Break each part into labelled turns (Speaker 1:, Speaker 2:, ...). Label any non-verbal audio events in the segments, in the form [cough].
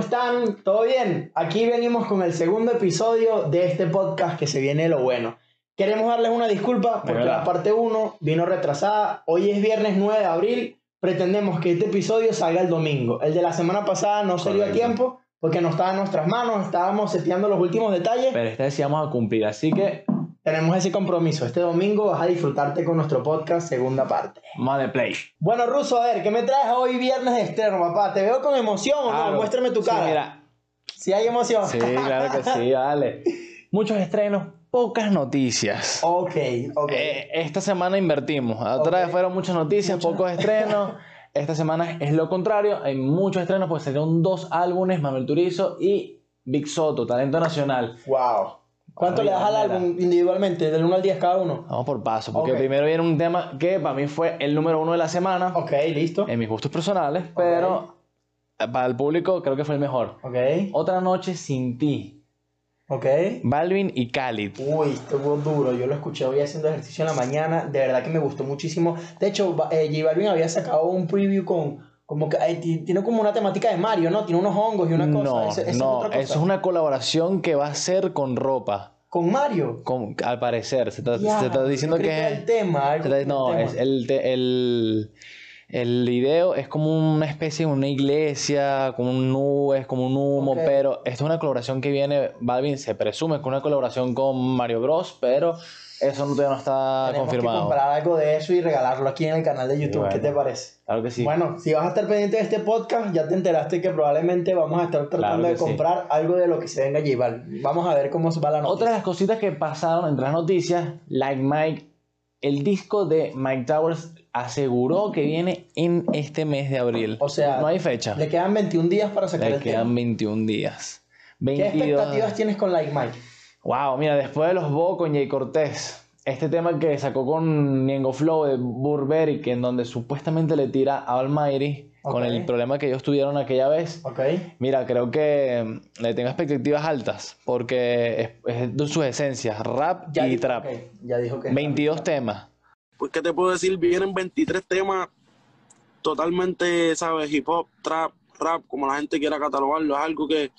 Speaker 1: están? ¿Todo bien? Aquí venimos con el segundo episodio de este podcast que se viene lo bueno. Queremos darles una disculpa porque
Speaker 2: verdad.
Speaker 1: la parte 1 vino retrasada. Hoy es viernes 9 de abril. Pretendemos que este episodio salga el domingo. El de la semana pasada no salió a
Speaker 2: Correcto.
Speaker 1: tiempo porque no estaba en nuestras manos. Estábamos seteando los últimos detalles.
Speaker 2: Pero esta vez sí vamos a cumplir, así que
Speaker 1: Tenemos ese compromiso. Este domingo vas a disfrutarte con nuestro podcast, segunda parte.
Speaker 2: vamos de play.
Speaker 1: Bueno, Ruso, a ver, ¿qué me traes hoy viernes de externo, papá? ¿Te veo con emoción o no?
Speaker 2: Claro.
Speaker 1: Muéstrame tu
Speaker 2: Sí,
Speaker 1: cara.
Speaker 2: mira.
Speaker 1: Si hay emoción.
Speaker 2: Sí, claro que sí, vale. Muchos estrenos, pocas noticias.
Speaker 1: Ok, ok.
Speaker 2: Eh, esta semana invertimos. La Otra
Speaker 1: Ok.
Speaker 2: vez fueron muchas noticias, pocos estrenos. Esta semana es lo contrario. Hay muchos estrenos porque salieron dos álbumes: Manuel Turizo y Big Soto, Talento Nacional.
Speaker 1: Wow. ¿Cuánto
Speaker 2: Ay,
Speaker 1: le das al
Speaker 2: bandera.
Speaker 1: álbum individualmente, del 1 al 10 cada uno?
Speaker 2: Vamos por paso, porque
Speaker 1: Ok.
Speaker 2: primero viene un tema que para mí fue el número uno de la semana
Speaker 1: Ok, listo.
Speaker 2: en mis gustos personales, pero para el público creo que fue el mejor.
Speaker 1: Ok,
Speaker 2: Otra noche sin ti.
Speaker 1: ok.
Speaker 2: Balvin y Khalid.
Speaker 1: Uy, estuvo duro. Yo lo escuché hoy haciendo ejercicio en la mañana. De verdad que me gustó muchísimo. De hecho, ba- eh, J Balvin había sacado un preview con. Como que eh, ti- tiene como una temática de Mario, ¿no? Tiene unos hongos y una cosa.
Speaker 2: no,
Speaker 1: Ese- esa es
Speaker 2: no,
Speaker 1: otra cosa.
Speaker 2: eso es una colaboración que va a ser con ropa.
Speaker 1: Con Mario.
Speaker 2: con- al parecer, se está,
Speaker 1: Ya,
Speaker 2: se está diciendo
Speaker 1: yo
Speaker 2: que
Speaker 1: creí era el
Speaker 2: es.
Speaker 1: tema. algo
Speaker 2: se está-
Speaker 1: con
Speaker 2: no,
Speaker 1: el tema.
Speaker 2: es el, te- el, el video es como una especie de una iglesia, como un nubes, como un humo,
Speaker 1: Ok.
Speaker 2: pero esto es una colaboración que viene, Balvin se presume que es una colaboración con Mario Bros, pero eso no- todavía no está
Speaker 1: Tenemos que
Speaker 2: confirmado.
Speaker 1: comprar algo de eso y regalarlo aquí en el canal de YouTube. ¿Qué
Speaker 2: bueno.
Speaker 1: te parece?
Speaker 2: Claro que sí.
Speaker 1: Bueno, si vas a estar pendiente de este podcast, ya te enteraste que probablemente vamos a estar tratando
Speaker 2: Claro que
Speaker 1: de
Speaker 2: sí.
Speaker 1: comprar algo de lo que se venga allí, ¿vale? Vamos a ver cómo va la noticia.
Speaker 2: Otra de las cositas que pasaron entre las noticias, Like Mike, el disco de Mike Towers aseguró que viene en este mes de abril.
Speaker 1: O sea,
Speaker 2: no hay fecha.
Speaker 1: Le quedan 21 días para sacar
Speaker 2: Le
Speaker 1: el tema.
Speaker 2: quedan 21 días.
Speaker 1: ¿Qué
Speaker 2: 22.
Speaker 1: expectativas tienes con Like Mike?
Speaker 2: Wow, mira, después de los Bo con Jay Cortés, este tema que sacó con Niengo Flow de Burberry, que en donde supuestamente le tira a Almighty, con
Speaker 1: Ok.
Speaker 2: el problema que ellos tuvieron aquella vez.
Speaker 1: Ok,
Speaker 2: Mira, creo que mm, le tengo expectativas altas, porque es, es de sus esencias, rap
Speaker 1: ya,
Speaker 2: y
Speaker 1: dijo,
Speaker 2: trap.
Speaker 1: ok, ya dijo que.
Speaker 2: 22 temas.
Speaker 3: pues qué te puedo decir, vienen 23 temas totalmente, sabes, hip hop, trap, rap, como la gente quiera catalogarlo, es algo que,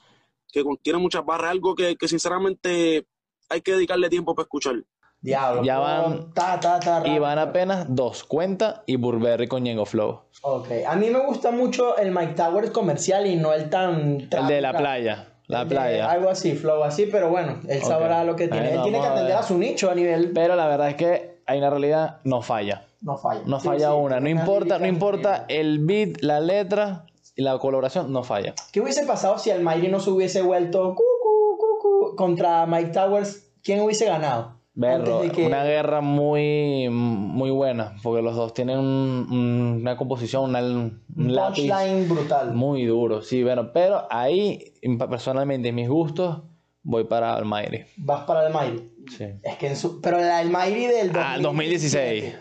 Speaker 3: que contiene muchas barras, algo que, que sinceramente hay que dedicarle tiempo para escuchar.
Speaker 1: Diablo.
Speaker 2: Ya
Speaker 1: no,
Speaker 2: van-
Speaker 1: Ta, ta, ta,
Speaker 2: Y
Speaker 1: rap,
Speaker 2: van
Speaker 1: rap.
Speaker 2: apenas dos, Cuenta y Burberry con Ñengo Flow.
Speaker 1: Ok, a mí me gusta mucho el Mike Towers comercial y no el tan.
Speaker 2: El
Speaker 1: trap,
Speaker 2: de la
Speaker 1: rap.
Speaker 2: playa, la
Speaker 1: El de
Speaker 2: playa.
Speaker 1: Algo así, flow así, pero bueno, él
Speaker 2: Ok.
Speaker 1: sabrá lo que tiene. él
Speaker 2: Bueno,
Speaker 1: tiene que
Speaker 2: vamos a
Speaker 1: atender a
Speaker 2: ver.
Speaker 1: su nicho a nivel.
Speaker 2: Pero la verdad es que hay una realidad, no falla.
Speaker 1: No falla.
Speaker 2: No
Speaker 1: Sí,
Speaker 2: falla
Speaker 1: sí,
Speaker 2: una. No
Speaker 1: tiene una
Speaker 2: importa, no
Speaker 1: lírica
Speaker 2: importa
Speaker 1: increíble.
Speaker 2: el beat, la letra y la coloración, no falla.
Speaker 1: ¿Qué hubiese pasado si Almighty no se hubiese vuelto cucu, cucu, contra Mike Towers? ¿Quién hubiese ganado?
Speaker 2: Berro,
Speaker 1: Antes de que-
Speaker 2: una guerra muy, muy buena, porque los dos tienen un- un- una composición, una- un
Speaker 1: Un
Speaker 2: lápiz
Speaker 1: punchline brutal.
Speaker 2: muy duro, sí, bueno, pero ahí, personalmente, en mis gustos, voy para Almighty.
Speaker 1: Vas para Almighty.
Speaker 2: Sí.
Speaker 1: Es que en su... Pero el Almighty del
Speaker 2: Ah, 2016,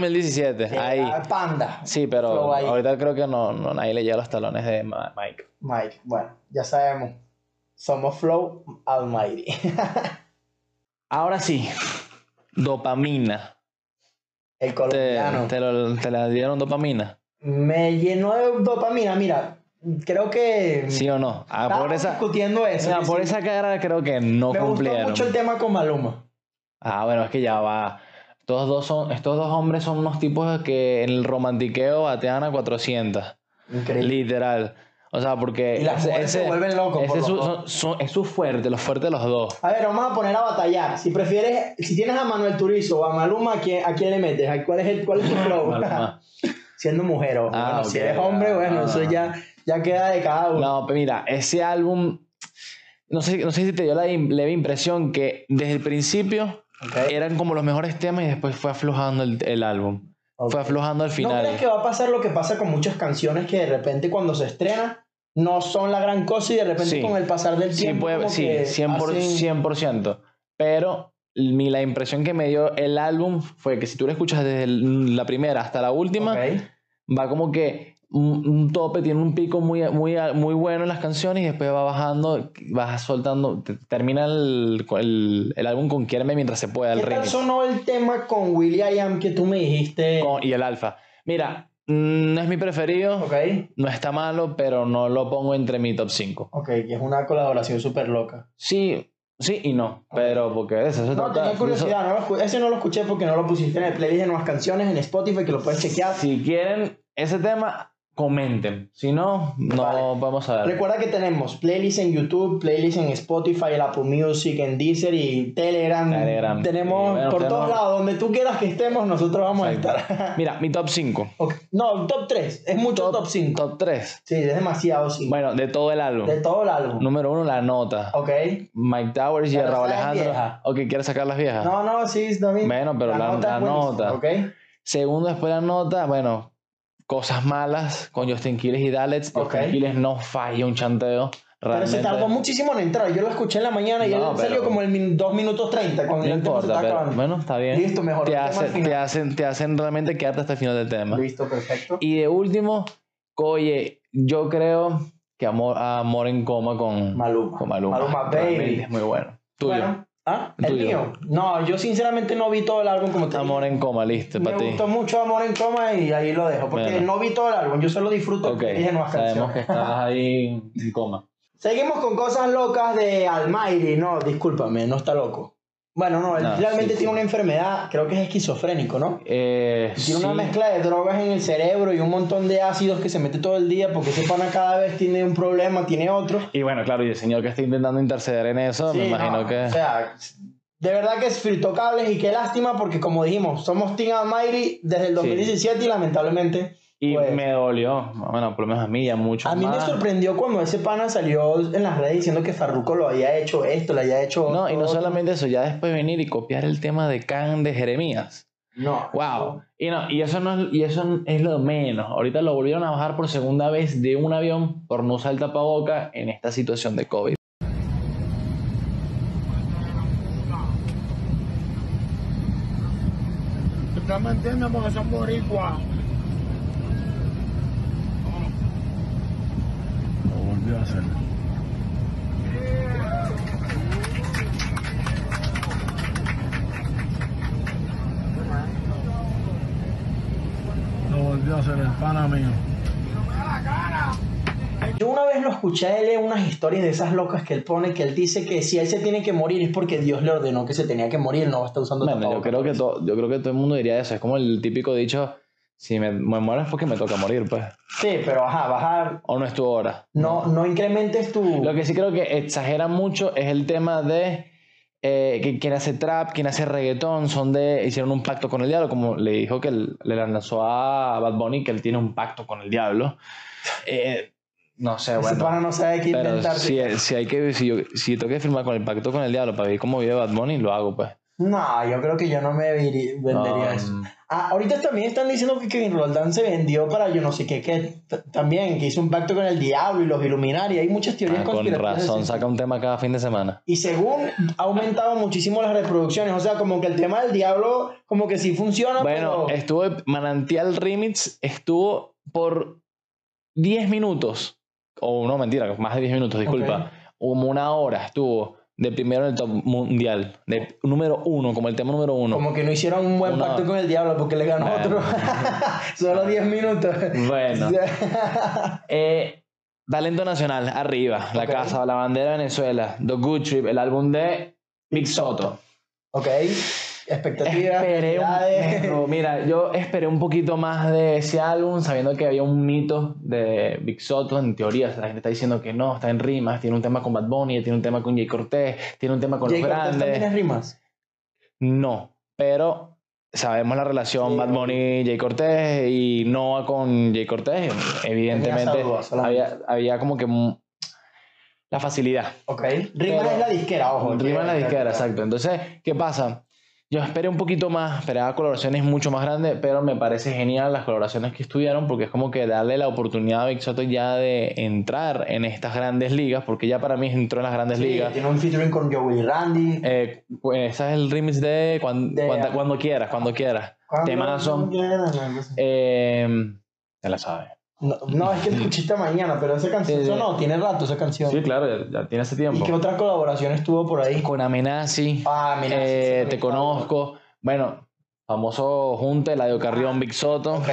Speaker 2: 2016-2017,
Speaker 1: Ahí.
Speaker 2: ahí.
Speaker 1: Eh, ah, Panda.
Speaker 2: Sí, pero
Speaker 1: Flow ahí.
Speaker 2: ahorita creo que no, no nadie le lleva los talones de Ma- Mike.
Speaker 1: Mike, bueno, ya sabemos. Somos Flow Almighty.
Speaker 2: Ahora sí, dopamina.
Speaker 1: [laughs] El
Speaker 2: te,
Speaker 1: colombiano.
Speaker 2: te lo- te la dieron dopamina.
Speaker 1: Me llenó de dopamina, mira. Creo que.
Speaker 2: ¿Sí o no? Ah,
Speaker 1: estábamos
Speaker 2: por esa,
Speaker 1: discutiendo eso.
Speaker 2: ah,
Speaker 1: que
Speaker 2: por
Speaker 1: sí.
Speaker 2: esa cara creo que no
Speaker 1: Me gustó
Speaker 2: cumplieron.
Speaker 1: mucho el tema con Maluma.
Speaker 2: Ah, bueno, es que ya va. Estos dos, son, estos dos hombres son unos tipos que en el romantiqueo batean a 400.
Speaker 1: Increíble.
Speaker 2: Literal. O sea, porque.
Speaker 1: Y las mujeres se vuelven locos
Speaker 2: ese
Speaker 1: por los
Speaker 2: es su,
Speaker 1: dos.
Speaker 2: son- son- es su fuerte, los fuertes de los dos.
Speaker 1: A ver, vamos a poner a batallar. Si prefieres, si tienes a Manuel Turizo o a Maluma, ¿a quién, a quién le metes? ¿A ¿Cuál es el cuál es tu
Speaker 2: [laughs]
Speaker 1: flow?
Speaker 2: Maluma.
Speaker 1: [laughs] Siendo mujer, ojo.
Speaker 2: Ah,
Speaker 1: bueno, si
Speaker 2: ok,
Speaker 1: eres hombre,
Speaker 2: ah,
Speaker 1: bueno,
Speaker 2: ah.
Speaker 1: eso ya, ya queda de cada uno.
Speaker 2: No, pero mira, ese álbum. No sé, no sé si te dio la im- leve impresión que desde el principio
Speaker 1: Ok,
Speaker 2: eran como los mejores temas y después fue aflojando el, el álbum.
Speaker 1: ok.
Speaker 2: Fue aflojando al
Speaker 1: ¿No
Speaker 2: final.
Speaker 1: crees que va a pasar lo que pasa con muchas canciones que de repente cuando se estrena no son la gran cosa y de repente
Speaker 2: Sí.
Speaker 1: con el pasar del
Speaker 2: sí,
Speaker 1: tiempo
Speaker 2: puede,
Speaker 1: como
Speaker 2: sí,
Speaker 1: que
Speaker 2: 100%, por-
Speaker 1: hacen-
Speaker 2: 100%. Pero mi, la impresión que me dio el álbum fue que si tú lo escuchas desde el- la primera hasta la última,
Speaker 1: Ok.
Speaker 2: va como que un, un tope, tiene un pico muy, muy, muy bueno en las canciones y después va bajando, vas soltando, te- termina el, el, el álbum con Quierme mientras se pueda, el
Speaker 1: ¿Qué tal
Speaker 2: remix.
Speaker 1: sonó el tema con William que tú me dijiste?
Speaker 2: Con- y el alfa. Mira, Mm, No es mi preferido.
Speaker 1: Ok,
Speaker 2: No está malo, pero no lo pongo entre mi top 5.
Speaker 1: ok, que es una colaboración súper loca.
Speaker 2: Sí, sí y no. Pero porque de eso se
Speaker 1: No,
Speaker 2: trata.
Speaker 1: tenía curiosidad, no lo escu- ese no lo escuché porque no lo pusiste en el playlist de nuevas canciones en Spotify, que lo puedes chequear.
Speaker 2: Si quieren ese tema, comenten. Si no, no
Speaker 1: Vale.
Speaker 2: vamos a ver.
Speaker 1: Recuerda que tenemos playlist en YouTube, playlist en Spotify, en Apple Music, en Deezer y Telegram.
Speaker 2: Telegram.
Speaker 1: Tenemos
Speaker 2: Y bueno,
Speaker 1: por
Speaker 2: tenemos-
Speaker 1: todos lados, donde tú quieras que estemos, nosotros vamos a
Speaker 2: Exacto.
Speaker 1: estar. [laughs]
Speaker 2: Mira, mi top 5.
Speaker 1: Ok, No, top 3, es mucho top 5.
Speaker 2: Top 3.
Speaker 1: Sí, es demasiado, sí.
Speaker 2: Bueno, de todo el álbum.
Speaker 1: de todo el álbum.
Speaker 2: Número 1, la nota.
Speaker 1: Ok.
Speaker 2: Mike Towers y
Speaker 1: Pero
Speaker 2: Raúl
Speaker 1: esas viejas.
Speaker 2: Alejandro. Ok, ¿quieres sacar las viejas?
Speaker 1: No, no, sí, está bien.
Speaker 2: Ah. Bueno, pero la- la
Speaker 1: es buenísima,
Speaker 2: nota.
Speaker 1: Ok.
Speaker 2: Segundo, después la nota, bueno, cosas malas con Justin Quiles y Dalets.
Speaker 1: Ok.
Speaker 2: Justin Quiles no falla un chanteo.
Speaker 1: Pero se
Speaker 2: Realmente.
Speaker 1: tardó muchísimo en entrar. Yo lo escuché en la mañana y
Speaker 2: No,
Speaker 1: él salió
Speaker 2: pero-
Speaker 1: como en min- 2 minutos 30. Cuando
Speaker 2: No
Speaker 1: ya el tema se
Speaker 2: importa,
Speaker 1: está
Speaker 2: pero
Speaker 1: acabando.
Speaker 2: bueno, está bien.
Speaker 1: Listo, mejor.
Speaker 2: te,
Speaker 1: el tema
Speaker 2: hace-
Speaker 1: al final.
Speaker 2: te hacen, te hacen realmente quedarte hasta el final del tema.
Speaker 1: Listo, perfecto.
Speaker 2: Y de último, oye, yo creo que Amor, Amor en Coma con,
Speaker 1: Maluma.
Speaker 2: con Maluma.
Speaker 1: Maluma,
Speaker 2: Realmente
Speaker 1: baby.
Speaker 2: Es muy bueno. Tuyo.
Speaker 1: Bueno, ¿ah?
Speaker 2: El
Speaker 1: ¿El
Speaker 2: tuyo.
Speaker 1: mío? No, yo sinceramente no vi todo el álbum como te
Speaker 2: Amor en Coma, listo,
Speaker 1: dije.
Speaker 2: para
Speaker 1: Me
Speaker 2: ti.
Speaker 1: gustó mucho Amor en Coma y ahí lo dejo. Porque
Speaker 2: Bueno.
Speaker 1: no vi todo el álbum, yo solo disfruto
Speaker 2: Ok,
Speaker 1: dije nuevas
Speaker 2: sabemos
Speaker 1: canciones.
Speaker 2: que estás ahí en coma.
Speaker 1: Seguimos con cosas locas de Almighty. No, discúlpame, no está loco. Bueno, no, él
Speaker 2: No,
Speaker 1: realmente
Speaker 2: sí,
Speaker 1: tiene
Speaker 2: sí.
Speaker 1: una enfermedad, creo que es esquizofrénico, ¿no?
Speaker 2: Eh,
Speaker 1: Tiene una
Speaker 2: sí.
Speaker 1: mezcla de drogas en el cerebro y un montón de ácidos que se mete todo el día porque ese pana cada vez tiene un problema, tiene otro.
Speaker 2: Y bueno, claro, y el señor que está intentando interceder en eso, me
Speaker 1: Sí,
Speaker 2: imagino
Speaker 1: no,
Speaker 2: que.
Speaker 1: O sea, de verdad que es frito cables y qué lástima porque como dijimos, somos Team Almighty desde el 2017 y lamentablemente...
Speaker 2: y
Speaker 1: pues-
Speaker 2: me dolió. Bueno, por lo menos a mí ya mucho.
Speaker 1: A mí me
Speaker 2: más.
Speaker 1: sorprendió cuando ese pana salió en las redes diciendo que Farruko lo había hecho esto, lo había hecho...
Speaker 2: No, y no
Speaker 1: otro.
Speaker 2: solamente eso, ya después venir y copiar el tema de Can de Jeremías.
Speaker 1: No.
Speaker 2: Wow. Y no, y eso no es, y eso es lo menos. Ahorita lo volvieron a bajar por segunda vez de un avión por no usar el tapaboca en esta situación de COVID.
Speaker 4: Ustedes me entienden porque son boricuas.
Speaker 5: Lo volvió a hacer. Lo volvió a hacer el pana mío.
Speaker 1: Yo una vez lo escuché a él en unas historias de esas locas que él pone, que él dice que si él se tiene que morir es porque Dios le ordenó que se tenía que morir, no va a estar usando
Speaker 2: Bueno, yo
Speaker 1: tapabocas.
Speaker 2: creo, que to- yo creo que todo el mundo diría eso. Es como el típico dicho: si me, me muero es porque me toca morir, pues.
Speaker 1: Sí, pero ajá, bajar...
Speaker 2: O no es tu hora.
Speaker 1: No, no incrementes tu...
Speaker 2: Lo que sí creo que exagera mucho es el tema de eh, que quien hace trap, quien hace reggaetón, son de. hicieron un pacto con el diablo, como le dijo que el- le lanzó a Bad Bunny que él tiene un pacto con el diablo. Eh, no sé,
Speaker 1: Ese
Speaker 2: bueno.
Speaker 1: pana no sabe qué
Speaker 2: Pero
Speaker 1: inventar.
Speaker 2: si, si hay que si yo si tengo que firmar con el pacto con el diablo para ver cómo vive Bad Bunny, lo hago pues.
Speaker 1: No, yo creo que yo no me viri- vendería
Speaker 2: No, mm,
Speaker 1: eso. Ah, ahorita también están diciendo que Kevin Roldán se vendió para yo no sé qué, que t- también, que hizo un pacto con el diablo y los Illuminari. Hay muchas teorías
Speaker 2: ah, con
Speaker 1: conspirativas de
Speaker 2: razón
Speaker 1: ese
Speaker 2: saca un tema cada fin de semana.
Speaker 1: Y según ha aumentado muchísimo las reproducciones. O sea, como que el tema del diablo, como que sí funciona,
Speaker 2: Bueno,
Speaker 1: pero.
Speaker 2: estuvo Manantial Remix, estuvo por 10 minutos, o no, mentira, más de 10 minutos, disculpa, como una hora estuvo de primero en el top mundial, de número uno, como el tema número uno.
Speaker 1: Como que no hicieron un buen
Speaker 2: Una-
Speaker 1: pacto con el diablo porque le ganó
Speaker 2: Bueno.
Speaker 1: otro. [laughs] Solo 10 minutos. [laughs]
Speaker 2: Bueno, eh, talento nacional, arriba, la
Speaker 1: Ok.
Speaker 2: casa, la bandera de Venezuela, The Good Trip, el álbum de Big Soto.
Speaker 1: ok. Expectativas.
Speaker 2: Esperé un,
Speaker 1: realidades. [laughs]
Speaker 2: Pero, mira, yo esperé un poquito más de ese álbum, sabiendo que había un mito de Big Soto, en teoría, la gente está diciendo que no, está en rimas, tiene un tema con Bad Bunny, tiene un tema con Jay Cortés, tiene un tema con
Speaker 1: Jay
Speaker 2: los
Speaker 1: Cortez también
Speaker 2: grandes.
Speaker 1: es rimas.
Speaker 2: No, pero sabemos la relación
Speaker 1: Sí,
Speaker 2: Bad Bunny, Jay Cortés y Noah con Jay Cortés, evidentemente
Speaker 1: esa duda solamente.
Speaker 2: había, había como que mm, la facilidad.
Speaker 1: Ok. Rimas
Speaker 2: Pero-
Speaker 1: es la disquera, ojo.
Speaker 2: Rima en la
Speaker 1: Que-
Speaker 2: disquera, exacto. Entonces, ¿qué pasa? Yo esperé un poquito más, esperaba colaboraciones mucho más grandes, pero me parece genial las colaboraciones que estuvieron porque es como que darle la oportunidad a Big Soto ya de entrar en estas grandes ligas, porque ya para mí entró en las grandes
Speaker 1: Sí,
Speaker 2: ligas.
Speaker 1: tiene un featuring con Joey Randy.
Speaker 2: Eh, cu- ese es el remix de, cuan-
Speaker 1: De-
Speaker 2: cuanta- cuando quieras, cuando quieras.
Speaker 1: Cuando
Speaker 2: temazo.
Speaker 1: quieran, algo así.
Speaker 2: Eh, te la sabes.
Speaker 1: No, no, es que lo escuchaste mañana, pero esa canción
Speaker 2: Sí, sí.
Speaker 1: sonó, tiene rato esa canción.
Speaker 2: Sí, claro, ya, ya tiene ese
Speaker 1: ¿Y
Speaker 2: tiempo.
Speaker 1: qué otra colaboración estuvo por ahí?
Speaker 2: Con Amenazi,
Speaker 1: Ah, mira. sí,
Speaker 2: eh,
Speaker 1: sí,
Speaker 2: Te
Speaker 1: sí.
Speaker 2: Conozco, bueno, famoso Junte, Eladio Carrión, Big Soto.
Speaker 1: Ok.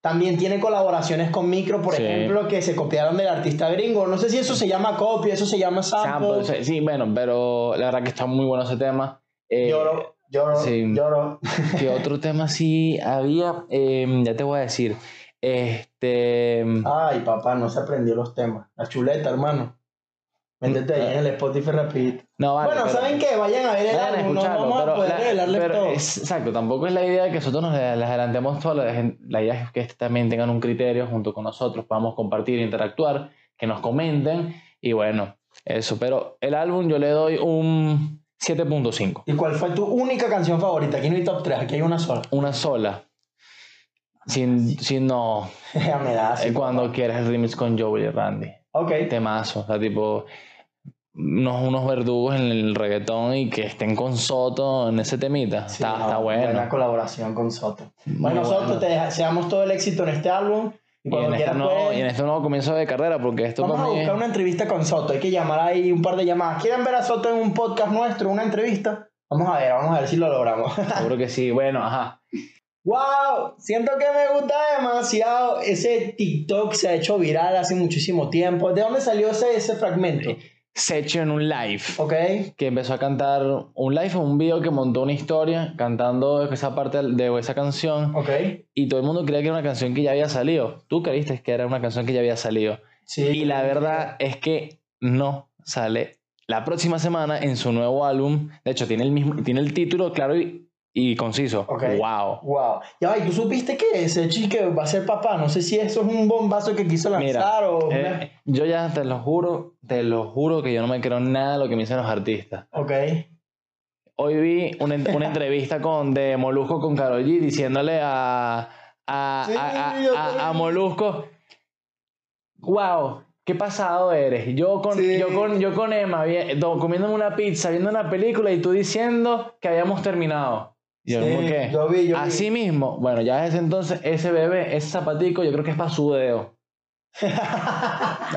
Speaker 1: También tiene colaboraciones con Micro, por
Speaker 2: Sí.
Speaker 1: ejemplo, que se copiaron del artista gringo. No sé si eso se llama copia, eso se llama sample.
Speaker 2: Sample, sí, sí, bueno, pero la verdad que está muy bueno ese tema. Eh,
Speaker 1: Lloro, lloro,
Speaker 2: sí.
Speaker 1: lloro. [laughs]
Speaker 2: ¿Qué otro tema sí había? Eh, ya te voy a decir. Este.
Speaker 1: Ay, papá, no se aprendió los temas. La chuleta, hermano. Métete ahí en el Spotify rapidito.
Speaker 2: No, vale,
Speaker 1: bueno,
Speaker 2: pero-
Speaker 1: ¿saben qué? Vayan a ver el
Speaker 2: Vayan a
Speaker 1: álbum, no
Speaker 2: escucharlo,
Speaker 1: vamos
Speaker 2: pero
Speaker 1: a poder
Speaker 2: la-
Speaker 1: revelarles
Speaker 2: pero
Speaker 1: todo.
Speaker 2: es- exacto, tampoco es la idea que nosotros nos les adelantemos todo. La, gen- la idea es que este también tengan un criterio junto con nosotros, podamos compartir, interactuar, que nos comenten y bueno, eso. Pero el álbum yo le doy un 7.5,
Speaker 1: ¿Y cuál fue tu única canción favorita? Aquí no hay top 3, aquí hay una sola. [laughs]
Speaker 2: una sola.
Speaker 1: Ah,
Speaker 2: Sin, sin no,
Speaker 1: Me da así.
Speaker 2: eh, cuando quieras el remix con Joey y Randy.
Speaker 1: Ok.
Speaker 2: Temazo, o sea, tipo unos, unos verdugos en el reggaetón y que estén con Soto en ese temita.
Speaker 1: Sí,
Speaker 2: está,
Speaker 1: no,
Speaker 2: está bueno.
Speaker 1: Buena colaboración con Soto.
Speaker 2: Muy
Speaker 1: Bueno,
Speaker 2: bueno.
Speaker 1: Soto, te deseamos todo el éxito en este álbum. Y
Speaker 2: Y
Speaker 1: cuando
Speaker 2: en, este
Speaker 1: quieras,
Speaker 2: nuevo,
Speaker 1: puedes-
Speaker 2: y en este nuevo comienzo de carrera, porque esto
Speaker 1: Vamos a
Speaker 2: para mí es-
Speaker 1: buscar una entrevista con Soto. Hay que llamar ahí un par de llamadas. ¿Quieren ver a Soto en un podcast nuestro, una entrevista? Vamos a ver, vamos a ver si lo logramos.
Speaker 2: seguro que sí. Bueno, ajá.
Speaker 1: ¡Wow! Siento que me gusta demasiado. Ese TikTok se ha hecho viral hace muchísimo tiempo. ¿De dónde salió ese, ese fragmento?
Speaker 2: Secho en un live,
Speaker 1: ¿Ok?
Speaker 2: que empezó a cantar un live, un video que montó una historia cantando esa parte de esa canción.
Speaker 1: ¿Ok?
Speaker 2: Y todo el mundo creía que era una canción que ya había salido. Tú creíste que era una canción que ya había salido.
Speaker 1: Sí.
Speaker 2: Y la verdad es que no sale la próxima semana en su nuevo álbum. De hecho, tiene el, mismo, tiene el título claro y, y conciso.
Speaker 1: Ok.
Speaker 2: ¡Wow!
Speaker 1: Wow. Ya, ¿y tú supiste que ese chique va a ser papá? No sé si eso es un bombazo que quiso lanzar
Speaker 2: Mira,
Speaker 1: o...
Speaker 2: eh,
Speaker 1: una-
Speaker 2: yo ya te lo juro, te lo juro que yo no me creo nada de lo que me dicen los artistas.
Speaker 1: Ok.
Speaker 2: Hoy vi una, en-
Speaker 1: [laughs]
Speaker 2: una entrevista con, de Molusco con Karol G diciéndole a, a,
Speaker 1: Sí,
Speaker 2: a- a-
Speaker 1: yo
Speaker 2: a-
Speaker 1: también.
Speaker 2: a Molusco, wow, qué pasado eres. Yo con,
Speaker 1: Sí.
Speaker 2: yo con, yo con Emma vi- eh, do- comiéndome una pizza, viendo una película y tú diciendo que habíamos terminado. Y yo,
Speaker 1: Sí,
Speaker 2: ¿cómo qué?
Speaker 1: yo vi, yo vi.
Speaker 2: Así mismo, bueno, ya desde entonces ese bebé, ese zapatico, yo creo que es para
Speaker 1: [laughs]
Speaker 2: su dedo.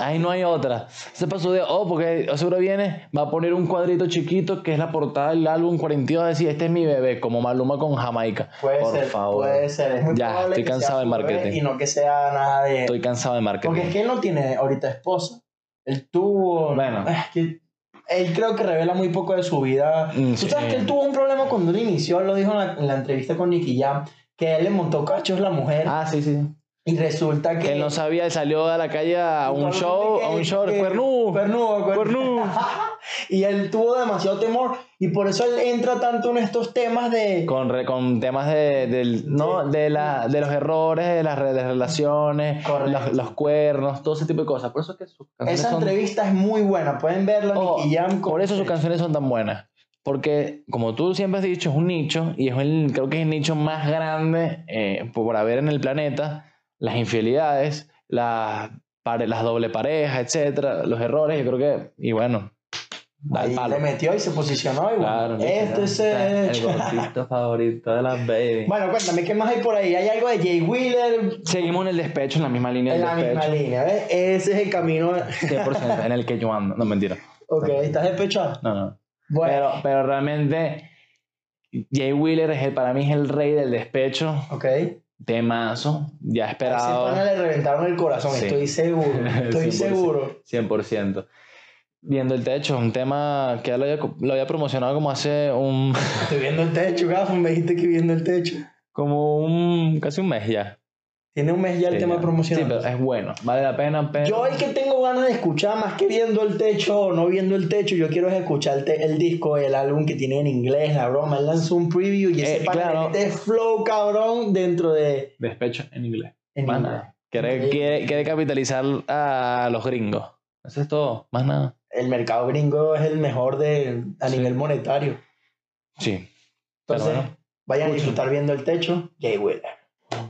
Speaker 2: Ahí no hay otra. Ese pasó de, oh, porque seguro viene, va a poner un cuadrito chiquito que es la portada del álbum 42, decir, este es mi bebé, como Maluma con Jamaica.
Speaker 1: Puede
Speaker 2: Por
Speaker 1: ser,
Speaker 2: favor.
Speaker 1: puede ser. Es muy
Speaker 2: Ya,
Speaker 1: probable
Speaker 2: estoy
Speaker 1: que sea
Speaker 2: cansado del
Speaker 1: su bebé
Speaker 2: marketing.
Speaker 1: Y no que sea nada de...
Speaker 2: Estoy cansado de marketing.
Speaker 1: Porque es que él no tiene ahorita esposa. Él tuvo...
Speaker 2: Bueno.
Speaker 1: Es que él creo que revela muy poco de su vida.
Speaker 2: Mm,
Speaker 1: Tú
Speaker 2: sí.
Speaker 1: sabes que él tuvo un problema cuando él inició, lo dijo en la, en la entrevista con Nicky Jam, que él le montó cachos a la mujer
Speaker 2: Ah, sí, sí.
Speaker 1: y resulta que...
Speaker 2: Que él no sabía, él salió a la calle a un
Speaker 1: Igual
Speaker 2: show,
Speaker 1: que-
Speaker 2: a un show,
Speaker 1: que-
Speaker 2: cuernú,
Speaker 1: Cuernudo, cuernudo.
Speaker 2: cuernú.
Speaker 1: Y él tuvo demasiado temor y por eso él entra tanto en estos temas de...
Speaker 2: Con, re- con temas de, del, ¿no? de, la, de los errores, de las re- de relaciones,
Speaker 1: Correcto.
Speaker 2: los, los cuernos, todo ese tipo de cosas. Por eso es que sus canciones
Speaker 1: Esa
Speaker 2: son
Speaker 1: entrevista es muy buena, pueden verla,
Speaker 2: Oh,
Speaker 1: Nicky Jam. con-
Speaker 2: Por eso sus canciones son tan buenas. Porque, como tú siempre has dicho, es un nicho y es el, creo que es el nicho más grande eh, por por haber en el planeta. Las infidelidades, las, pare- las doble parejas, etcétera, los errores, yo creo que. Y bueno, da el
Speaker 1: Ahí
Speaker 2: palo.
Speaker 1: le metió y se posicionó y
Speaker 2: Claro,
Speaker 1: bueno, esto es...
Speaker 2: el,
Speaker 1: eh,
Speaker 2: gordito favorito de las baby.
Speaker 1: Bueno, cuéntame, ¿qué más hay por ahí? Hay algo de Jay Wheeler
Speaker 2: Seguimos en el despecho, en la misma línea
Speaker 1: en
Speaker 2: del
Speaker 1: la misma
Speaker 2: [laughs] despecho.
Speaker 1: línea, ¿ves? Ese es el camino... [laughs]
Speaker 2: 100% en el que yo ando. No, mentira.
Speaker 1: Ok, ¿estás despechado?
Speaker 2: No, no.
Speaker 1: Bueno,
Speaker 2: Pero, pero realmente, Jay Wheeler es el- para mí es el rey del despecho.
Speaker 1: ok. A ese
Speaker 2: Temazo, ya
Speaker 1: pana
Speaker 2: esperado.
Speaker 1: le reventaron el corazón,
Speaker 2: [laughs] Sí.
Speaker 1: estoy seguro, estoy
Speaker 2: 100%.
Speaker 1: seguro.
Speaker 2: 100%. Viendo el techo, un tema que ya lo había, lo había promocionado como hace un. [laughs]
Speaker 1: Estoy viendo el techo, gafo, me dijiste que viendo el techo.
Speaker 2: como un. casi un mes ya.
Speaker 1: Tiene un mes ya el
Speaker 2: Sí,
Speaker 1: tema
Speaker 2: ya.
Speaker 1: promocionado.
Speaker 2: Sí, pero es bueno, vale la pena, pero.
Speaker 1: Yo el que tengo ganas de escuchar, más que viendo el techo o no viendo el techo, yo quiero es escuchar el, te- el disco, el álbum que tiene en inglés, la broma. Él lanzó un preview y ese
Speaker 2: Eh,
Speaker 1: pana
Speaker 2: claro.
Speaker 1: de flow cabrón dentro de...
Speaker 2: Despecho en inglés.
Speaker 1: en
Speaker 2: Más
Speaker 1: inglés.
Speaker 2: nada. Quiere, quiere, quiere capitalizar a los gringos. Eso es todo, más nada.
Speaker 1: El mercado gringo es el mejor de, a
Speaker 2: Sí.
Speaker 1: nivel monetario.
Speaker 2: Sí. Pero
Speaker 1: Entonces,
Speaker 2: bueno.
Speaker 1: vayan a
Speaker 2: Escuchen. Mm.
Speaker 1: disfrutar viendo el techo, Jay Wheeler.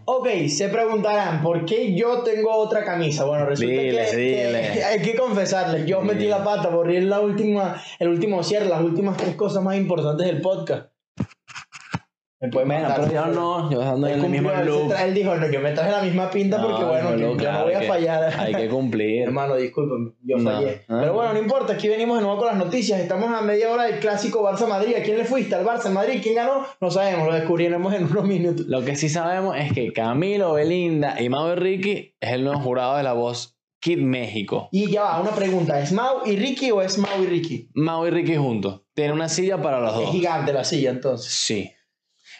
Speaker 1: Ok, se preguntarán, ¿por qué yo tengo otra camisa? Bueno, resulta
Speaker 2: Diles,
Speaker 1: que,
Speaker 2: diles.
Speaker 1: que [laughs] hay que confesarles, yo metí
Speaker 2: Diles.
Speaker 1: la pata por ir la última, el último cierre, las últimas tres cosas más importantes del podcast. Me puede
Speaker 2: Bueno,
Speaker 1: matar.
Speaker 2: Pues, pero yo no, yo ando en
Speaker 1: Él
Speaker 2: el mismo
Speaker 1: cumplió, él se
Speaker 2: loop.
Speaker 1: tra- Él dijo, no, yo me traje la misma pinta porque,
Speaker 2: No,
Speaker 1: bueno,
Speaker 2: no,
Speaker 1: yo
Speaker 2: no,
Speaker 1: no
Speaker 2: claro,
Speaker 1: voy
Speaker 2: hay
Speaker 1: a
Speaker 2: que-
Speaker 1: fallar.
Speaker 2: Hay que
Speaker 1: [laughs]
Speaker 2: cumplir.
Speaker 1: Hermano, disculpen, yo
Speaker 2: No,
Speaker 1: fallé.
Speaker 2: no.
Speaker 1: Pero bueno, no importa, aquí venimos de nuevo con las noticias. Estamos a media hora del clásico Barça-Madrid. ¿A quién le fuiste? ¿Al Barça-Madrid? ¿Quién ganó? No sabemos, lo descubriremos en unos minutos.
Speaker 2: Lo que sí sabemos es que Camilo, Belinda y Mau y Ricky es el nuevo jurado de la voz Kid México.
Speaker 1: Y ya va, una pregunta. ¿Es Mau y Ricky o es Mau y Ricky?
Speaker 2: Mau y Ricky juntos. Tiene una silla para los
Speaker 1: Es
Speaker 2: dos.
Speaker 1: gigante la silla, entonces.
Speaker 2: Sí.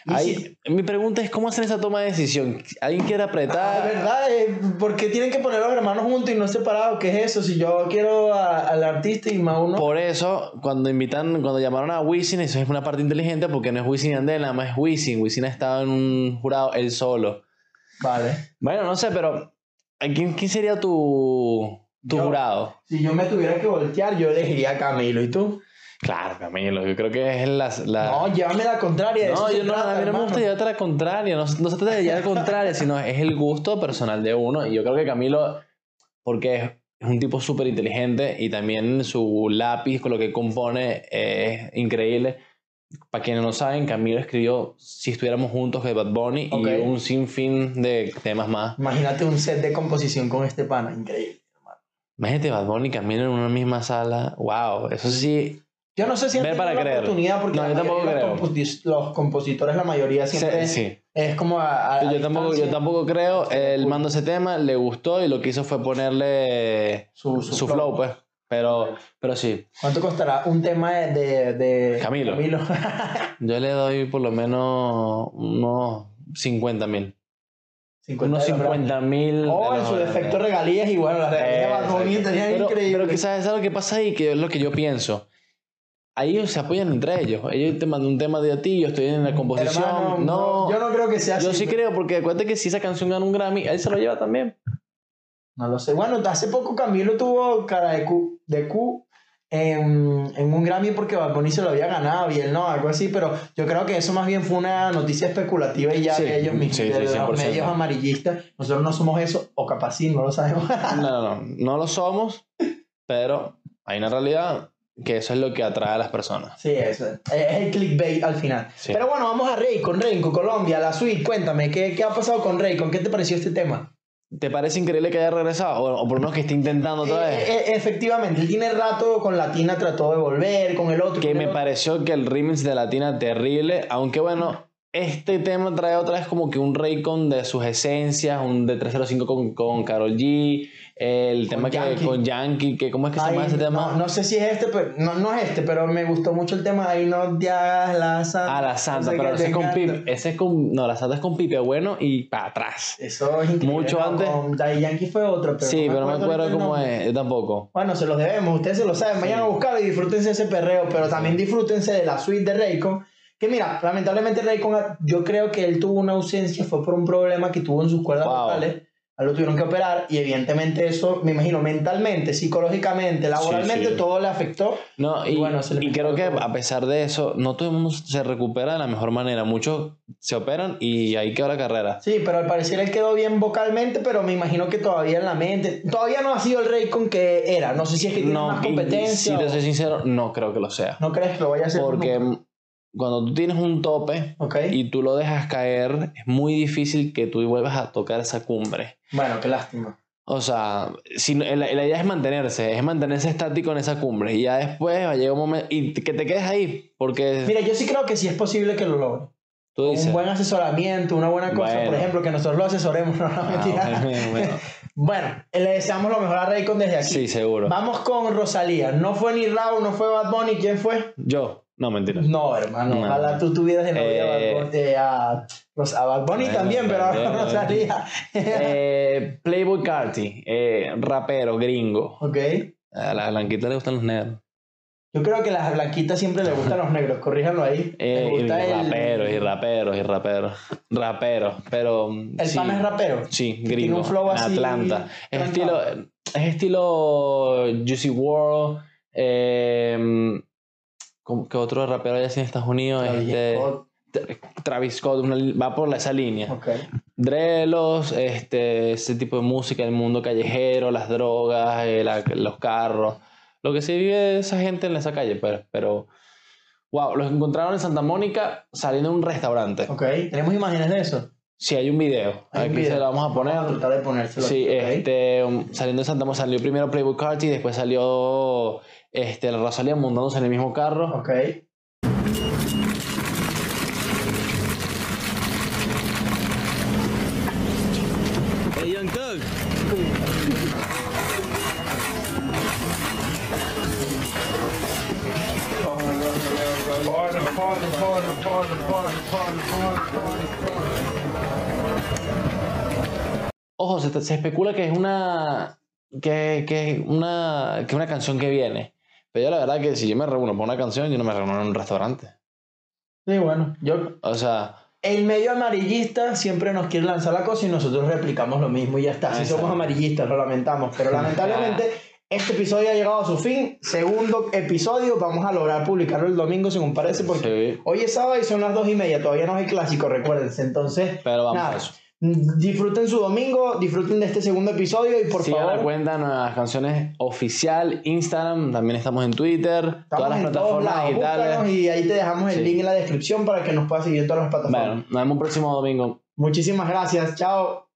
Speaker 1: Y
Speaker 2: Ahí-
Speaker 1: si-
Speaker 2: Mi pregunta es, ¿cómo hacen esa toma de decisión? ¿Alguien quiere
Speaker 1: Ah,
Speaker 2: apretar?
Speaker 1: ¿verdad? Eh, ¿Por qué tienen que poner los hermanos juntos y no separados? ¿Qué es eso? Si yo quiero a- al artista y Mau no.
Speaker 2: Por eso, cuando invitan, cuando llamaron a Wisin, eso es una parte inteligente porque no es Wisin y Andela, nada más es Wisin. Wisin ha estado en un jurado él solo.
Speaker 1: Vale.
Speaker 2: Bueno, no sé, pero ¿a ¿quién, quién sería tu, tu
Speaker 1: Yo.
Speaker 2: jurado?
Speaker 1: Si yo me tuviera que voltear, yo elegiría a Camilo. ¿Y tú?
Speaker 2: Claro, Camilo, yo creo que es la... la-
Speaker 1: No, llévame la contraria. de
Speaker 2: No,
Speaker 1: eso se
Speaker 2: yo no,
Speaker 1: trata,
Speaker 2: a mí no me
Speaker 1: hermano.
Speaker 2: gusta llevarte a la contraria. No, no se trata de llevar al contrario, sino es el gusto personal de uno. Y yo creo que Camilo, porque es, es un tipo súper inteligente y también su lápiz con lo que compone eh, es increíble. Para quienes no saben, Camilo escribió Si estuviéramos juntos de Bad Bunny
Speaker 1: Ok.
Speaker 2: y un sinfín de temas más.
Speaker 1: Imagínate un set de composición con este pana, increíble.
Speaker 2: Imagínate Bad Bunny y Camilo en una misma sala. ¡Wow! Eso sí,
Speaker 1: Yo no sé si han
Speaker 2: Ver
Speaker 1: tenido
Speaker 2: para
Speaker 1: la
Speaker 2: creer.
Speaker 1: oportunidad porque
Speaker 2: No,
Speaker 1: la
Speaker 2: yo tampoco
Speaker 1: mayoría de
Speaker 2: creo.
Speaker 1: los, compos- los compositores, la mayoría siempre
Speaker 2: se- sí.
Speaker 1: es como a, a- a
Speaker 2: Yo tampoco, yo
Speaker 1: distancia.
Speaker 2: tampoco creo.
Speaker 1: Estaría
Speaker 2: Él
Speaker 1: cool.
Speaker 2: mandó ese tema, le gustó y lo que hizo fue ponerle
Speaker 1: Su-
Speaker 2: su,
Speaker 1: su
Speaker 2: flow.
Speaker 1: flow.
Speaker 2: pues. Pero, pero sí,
Speaker 1: ¿Cuánto costará un tema de, de, de
Speaker 2: Camilo.
Speaker 1: [laughs]
Speaker 2: yo le doy por lo menos unos 50 mil.
Speaker 1: 50
Speaker 2: Unos
Speaker 1: de los
Speaker 2: 50 mil.
Speaker 1: Grammys. O Oh, en su defecto regalías y bueno, las regalías de Bad Bunny estarían
Speaker 2: Eh, pero,
Speaker 1: increíbles.
Speaker 2: pero quizás es algo que pasa ahí, que es lo que yo pienso. Ahí ellos se apoyan entre ellos. Ellos te mandan un tema de a ti, yo estoy en la composición.
Speaker 1: Hermano,
Speaker 2: no,
Speaker 1: yo no creo que sea
Speaker 2: yo
Speaker 1: así.
Speaker 2: sí creo, porque acuérdate que si esa canción gana un Grammy, él se lo lleva también.
Speaker 1: No lo sé. Bueno, hace poco Camilo tuvo cara de Q, de Q en, en un Grammy porque Bad Bunny se lo había ganado y él no, algo así, pero yo creo que eso más bien fue una noticia especulativa y ya
Speaker 2: Sí,
Speaker 1: de ellos mismos,
Speaker 2: sí,
Speaker 1: de
Speaker 2: sí,
Speaker 1: los
Speaker 2: 100%.
Speaker 1: medios amarillistas. Nosotros no somos eso, o capaz sí, no lo sabemos. [laughs]
Speaker 2: No, no, no, no lo somos, pero hay una realidad que eso es lo que atrae a las personas.
Speaker 1: sí, eso es es el clickbait al final.
Speaker 2: Sí.
Speaker 1: Pero bueno, vamos a Rey con Rey, con Colombia, la suite, cuéntame, ¿qué, qué ha pasado con Rey? ¿Con qué te pareció este tema?
Speaker 2: ¿Te parece increíble que haya regresado? O, o por lo menos que esté intentando otra
Speaker 1: Eh,
Speaker 2: vez.
Speaker 1: eh, efectivamente, él tiene rato con Latina, trató de volver, con el otro.
Speaker 2: Que
Speaker 1: con
Speaker 2: me
Speaker 1: el otro.
Speaker 2: pareció que el remix de Latina terrible, aunque bueno, este tema trae otra vez como que un Raycon de sus esencias, un de 305 con, con Karol G, el tema que
Speaker 1: Yankee.
Speaker 2: con Yankee, que cómo es que se
Speaker 1: Ay,
Speaker 2: llama ese tema?
Speaker 1: No, no sé si es este, pero no, no es este, pero me gustó mucho el tema. Ahí no te hagas la santa.
Speaker 2: Ah, la Santa,
Speaker 1: no sé
Speaker 2: pero
Speaker 1: qué
Speaker 2: ese
Speaker 1: te
Speaker 2: es con
Speaker 1: encanta.
Speaker 2: Pipe, ese es con, no, la Santa es con Pipe Bueno y para atrás.
Speaker 1: Eso es increíble.
Speaker 2: Mucho
Speaker 1: ¿no?
Speaker 2: antes.
Speaker 1: Con Daddy Yankee fue otro, pero
Speaker 2: sí,
Speaker 1: no
Speaker 2: pero no me
Speaker 1: ahorita
Speaker 2: acuerdo
Speaker 1: el
Speaker 2: cómo
Speaker 1: nombre.
Speaker 2: es, yo tampoco.
Speaker 1: Bueno, se los debemos, ustedes se lo saben. Vayan a buscarlo y disfrútense ese perreo, pero también disfrútense de la suite de Raycon. Que mira, lamentablemente Raycon, yo creo que él tuvo una ausencia, fue por un problema que tuvo en sus cuerdas
Speaker 2: Wow.
Speaker 1: vocales. A él lo tuvieron que operar y evidentemente eso, me imagino, mentalmente, psicológicamente, laboralmente,
Speaker 2: sí.
Speaker 1: todo le afectó.
Speaker 2: No,
Speaker 1: Y
Speaker 2: y,
Speaker 1: bueno, se le
Speaker 2: y
Speaker 1: mezcló
Speaker 2: creo que
Speaker 1: todo.
Speaker 2: a pesar de eso, no todo el mundo se recupera de la mejor manera. Muchos se operan y ahí queda la carrera.
Speaker 1: Sí, pero al parecer él quedó bien vocalmente, pero me imagino que todavía en la mente. Todavía no ha sido el rey con que era. No sé si es que tiene
Speaker 2: No,
Speaker 1: más
Speaker 2: y-
Speaker 1: competencia.
Speaker 2: si te
Speaker 1: o-
Speaker 2: soy sincero, no creo que lo sea.
Speaker 1: No crees que lo vaya a hacer.
Speaker 2: Porque
Speaker 1: nunca?
Speaker 2: cuando tú tienes un tope
Speaker 1: Ok.
Speaker 2: y tú lo dejas caer, es muy difícil que tú vuelvas a tocar esa cumbre.
Speaker 1: Bueno, qué lástima.
Speaker 2: O sea, si, no- la, la idea es mantenerse, es mantenerse estático en esa cumbre. Y ya después va a llegar un momento. Y que te quedes ahí, porque
Speaker 1: Mira, yo sí creo que sí es posible que lo logre.
Speaker 2: tú dices.
Speaker 1: Un buen asesoramiento, una buena cosa, por
Speaker 2: Bueno.
Speaker 1: ejemplo, que nosotros lo asesoremos. [laughs] No, no,
Speaker 2: "Ah,
Speaker 1: mentira.
Speaker 2: bueno, bueno".
Speaker 1: Bueno, le deseamos lo mejor a Raycon desde aquí.
Speaker 2: Sí, seguro.
Speaker 1: Vamos con Rosalía. No fue ni Raúl, no fue Bad Bunny. ¿Quién fue?
Speaker 2: Yo, no, mentira.
Speaker 1: No, hermano.
Speaker 2: No.
Speaker 1: Ojalá tú tuvieras de novia a
Speaker 2: Eh.
Speaker 1: Bad Bunny- eh, a, Ros- a Bad Bunny
Speaker 2: Bueno,
Speaker 1: también, pero ahora
Speaker 2: también,
Speaker 1: Rosalía.
Speaker 2: Eh, Playboy Carti, eh, rapero gringo.
Speaker 1: Ok.
Speaker 2: A la blanquita le gustan los negros.
Speaker 1: Yo creo que las blanquitas siempre le gustan los negros, corríjanlo ahí.
Speaker 2: [laughs] Eh,
Speaker 1: Les
Speaker 2: y
Speaker 1: gusta el,
Speaker 2: raperos, y raperos, y raperos. Raperos, pero. mm,
Speaker 1: el
Speaker 2: sí,
Speaker 1: pan es rapero.
Speaker 2: Sí, gringo.
Speaker 1: tiene un flow
Speaker 2: en
Speaker 1: así,
Speaker 2: Atlanta. Es estilo,
Speaker 1: trancado.
Speaker 2: es estilo Juicy World. Eh, ¿cómo- ¿Qué otro rapero hay así en Estados Unidos?
Speaker 1: Travis
Speaker 2: Este,
Speaker 1: Scott,
Speaker 2: Travis Scott una li- va por la- esa línea.
Speaker 1: ok.
Speaker 2: Drelos, este, ese tipo de música, el mundo callejero, las drogas, eh, la- los carros, lo que se vive esa gente en esa calle, pero, pero Wow, los encontraron en Santa Mónica saliendo de un restaurante.
Speaker 1: Ok, tenemos imágenes de eso.
Speaker 2: Si hay un video,
Speaker 1: Hay un
Speaker 2: aquí
Speaker 1: video.
Speaker 2: se lo vamos a
Speaker 1: Vamos a
Speaker 2: poner.
Speaker 1: tratar de ponérselo.
Speaker 2: Sí,
Speaker 1: aquí, ok.
Speaker 2: este, um, saliendo de Santa Mónica salió primero Playboy Carti, después salió este, la Rosalía montándose en el mismo carro.
Speaker 1: Ok.
Speaker 2: Ojo, se, se especula que es una. Que, que es una. que es una canción que viene. Pero yo la verdad que si yo me reúno por una canción, yo no me reúno en un restaurante.
Speaker 1: Sí, bueno. Yo,
Speaker 2: O sea,
Speaker 1: el medio amarillista siempre nos quiere lanzar la cosa y nosotros replicamos lo mismo y ya está. Si
Speaker 2: Exacto.
Speaker 1: somos amarillistas, lo lamentamos.
Speaker 2: [laughs]
Speaker 1: Pero lamentablemente, este episodio ha llegado a su fin. Segundo episodio, vamos a lograr publicarlo el domingo, según parece, porque
Speaker 2: sí,
Speaker 1: hoy es sábado y son las dos y media. Todavía no hay clásico, recuérdense. Entonces,
Speaker 2: pero vamos
Speaker 1: nada.
Speaker 2: a eso.
Speaker 1: mm, Disfruten su domingo, disfruten de este segundo episodio y por
Speaker 2: Sigan la
Speaker 1: favor.
Speaker 2: cuenta nuevas canciones oficial, Instagram, también estamos en Twitter, todas
Speaker 1: Estamos
Speaker 2: las
Speaker 1: en todos
Speaker 2: plataformas
Speaker 1: lados, búscanos
Speaker 2: digitales.
Speaker 1: y ahí te dejamos el
Speaker 2: Sí.
Speaker 1: link en la descripción para que nos puedas seguir en todas las plataformas.
Speaker 2: Bueno, nos vemos un próximo domingo.
Speaker 1: Muchísimas gracias, chao.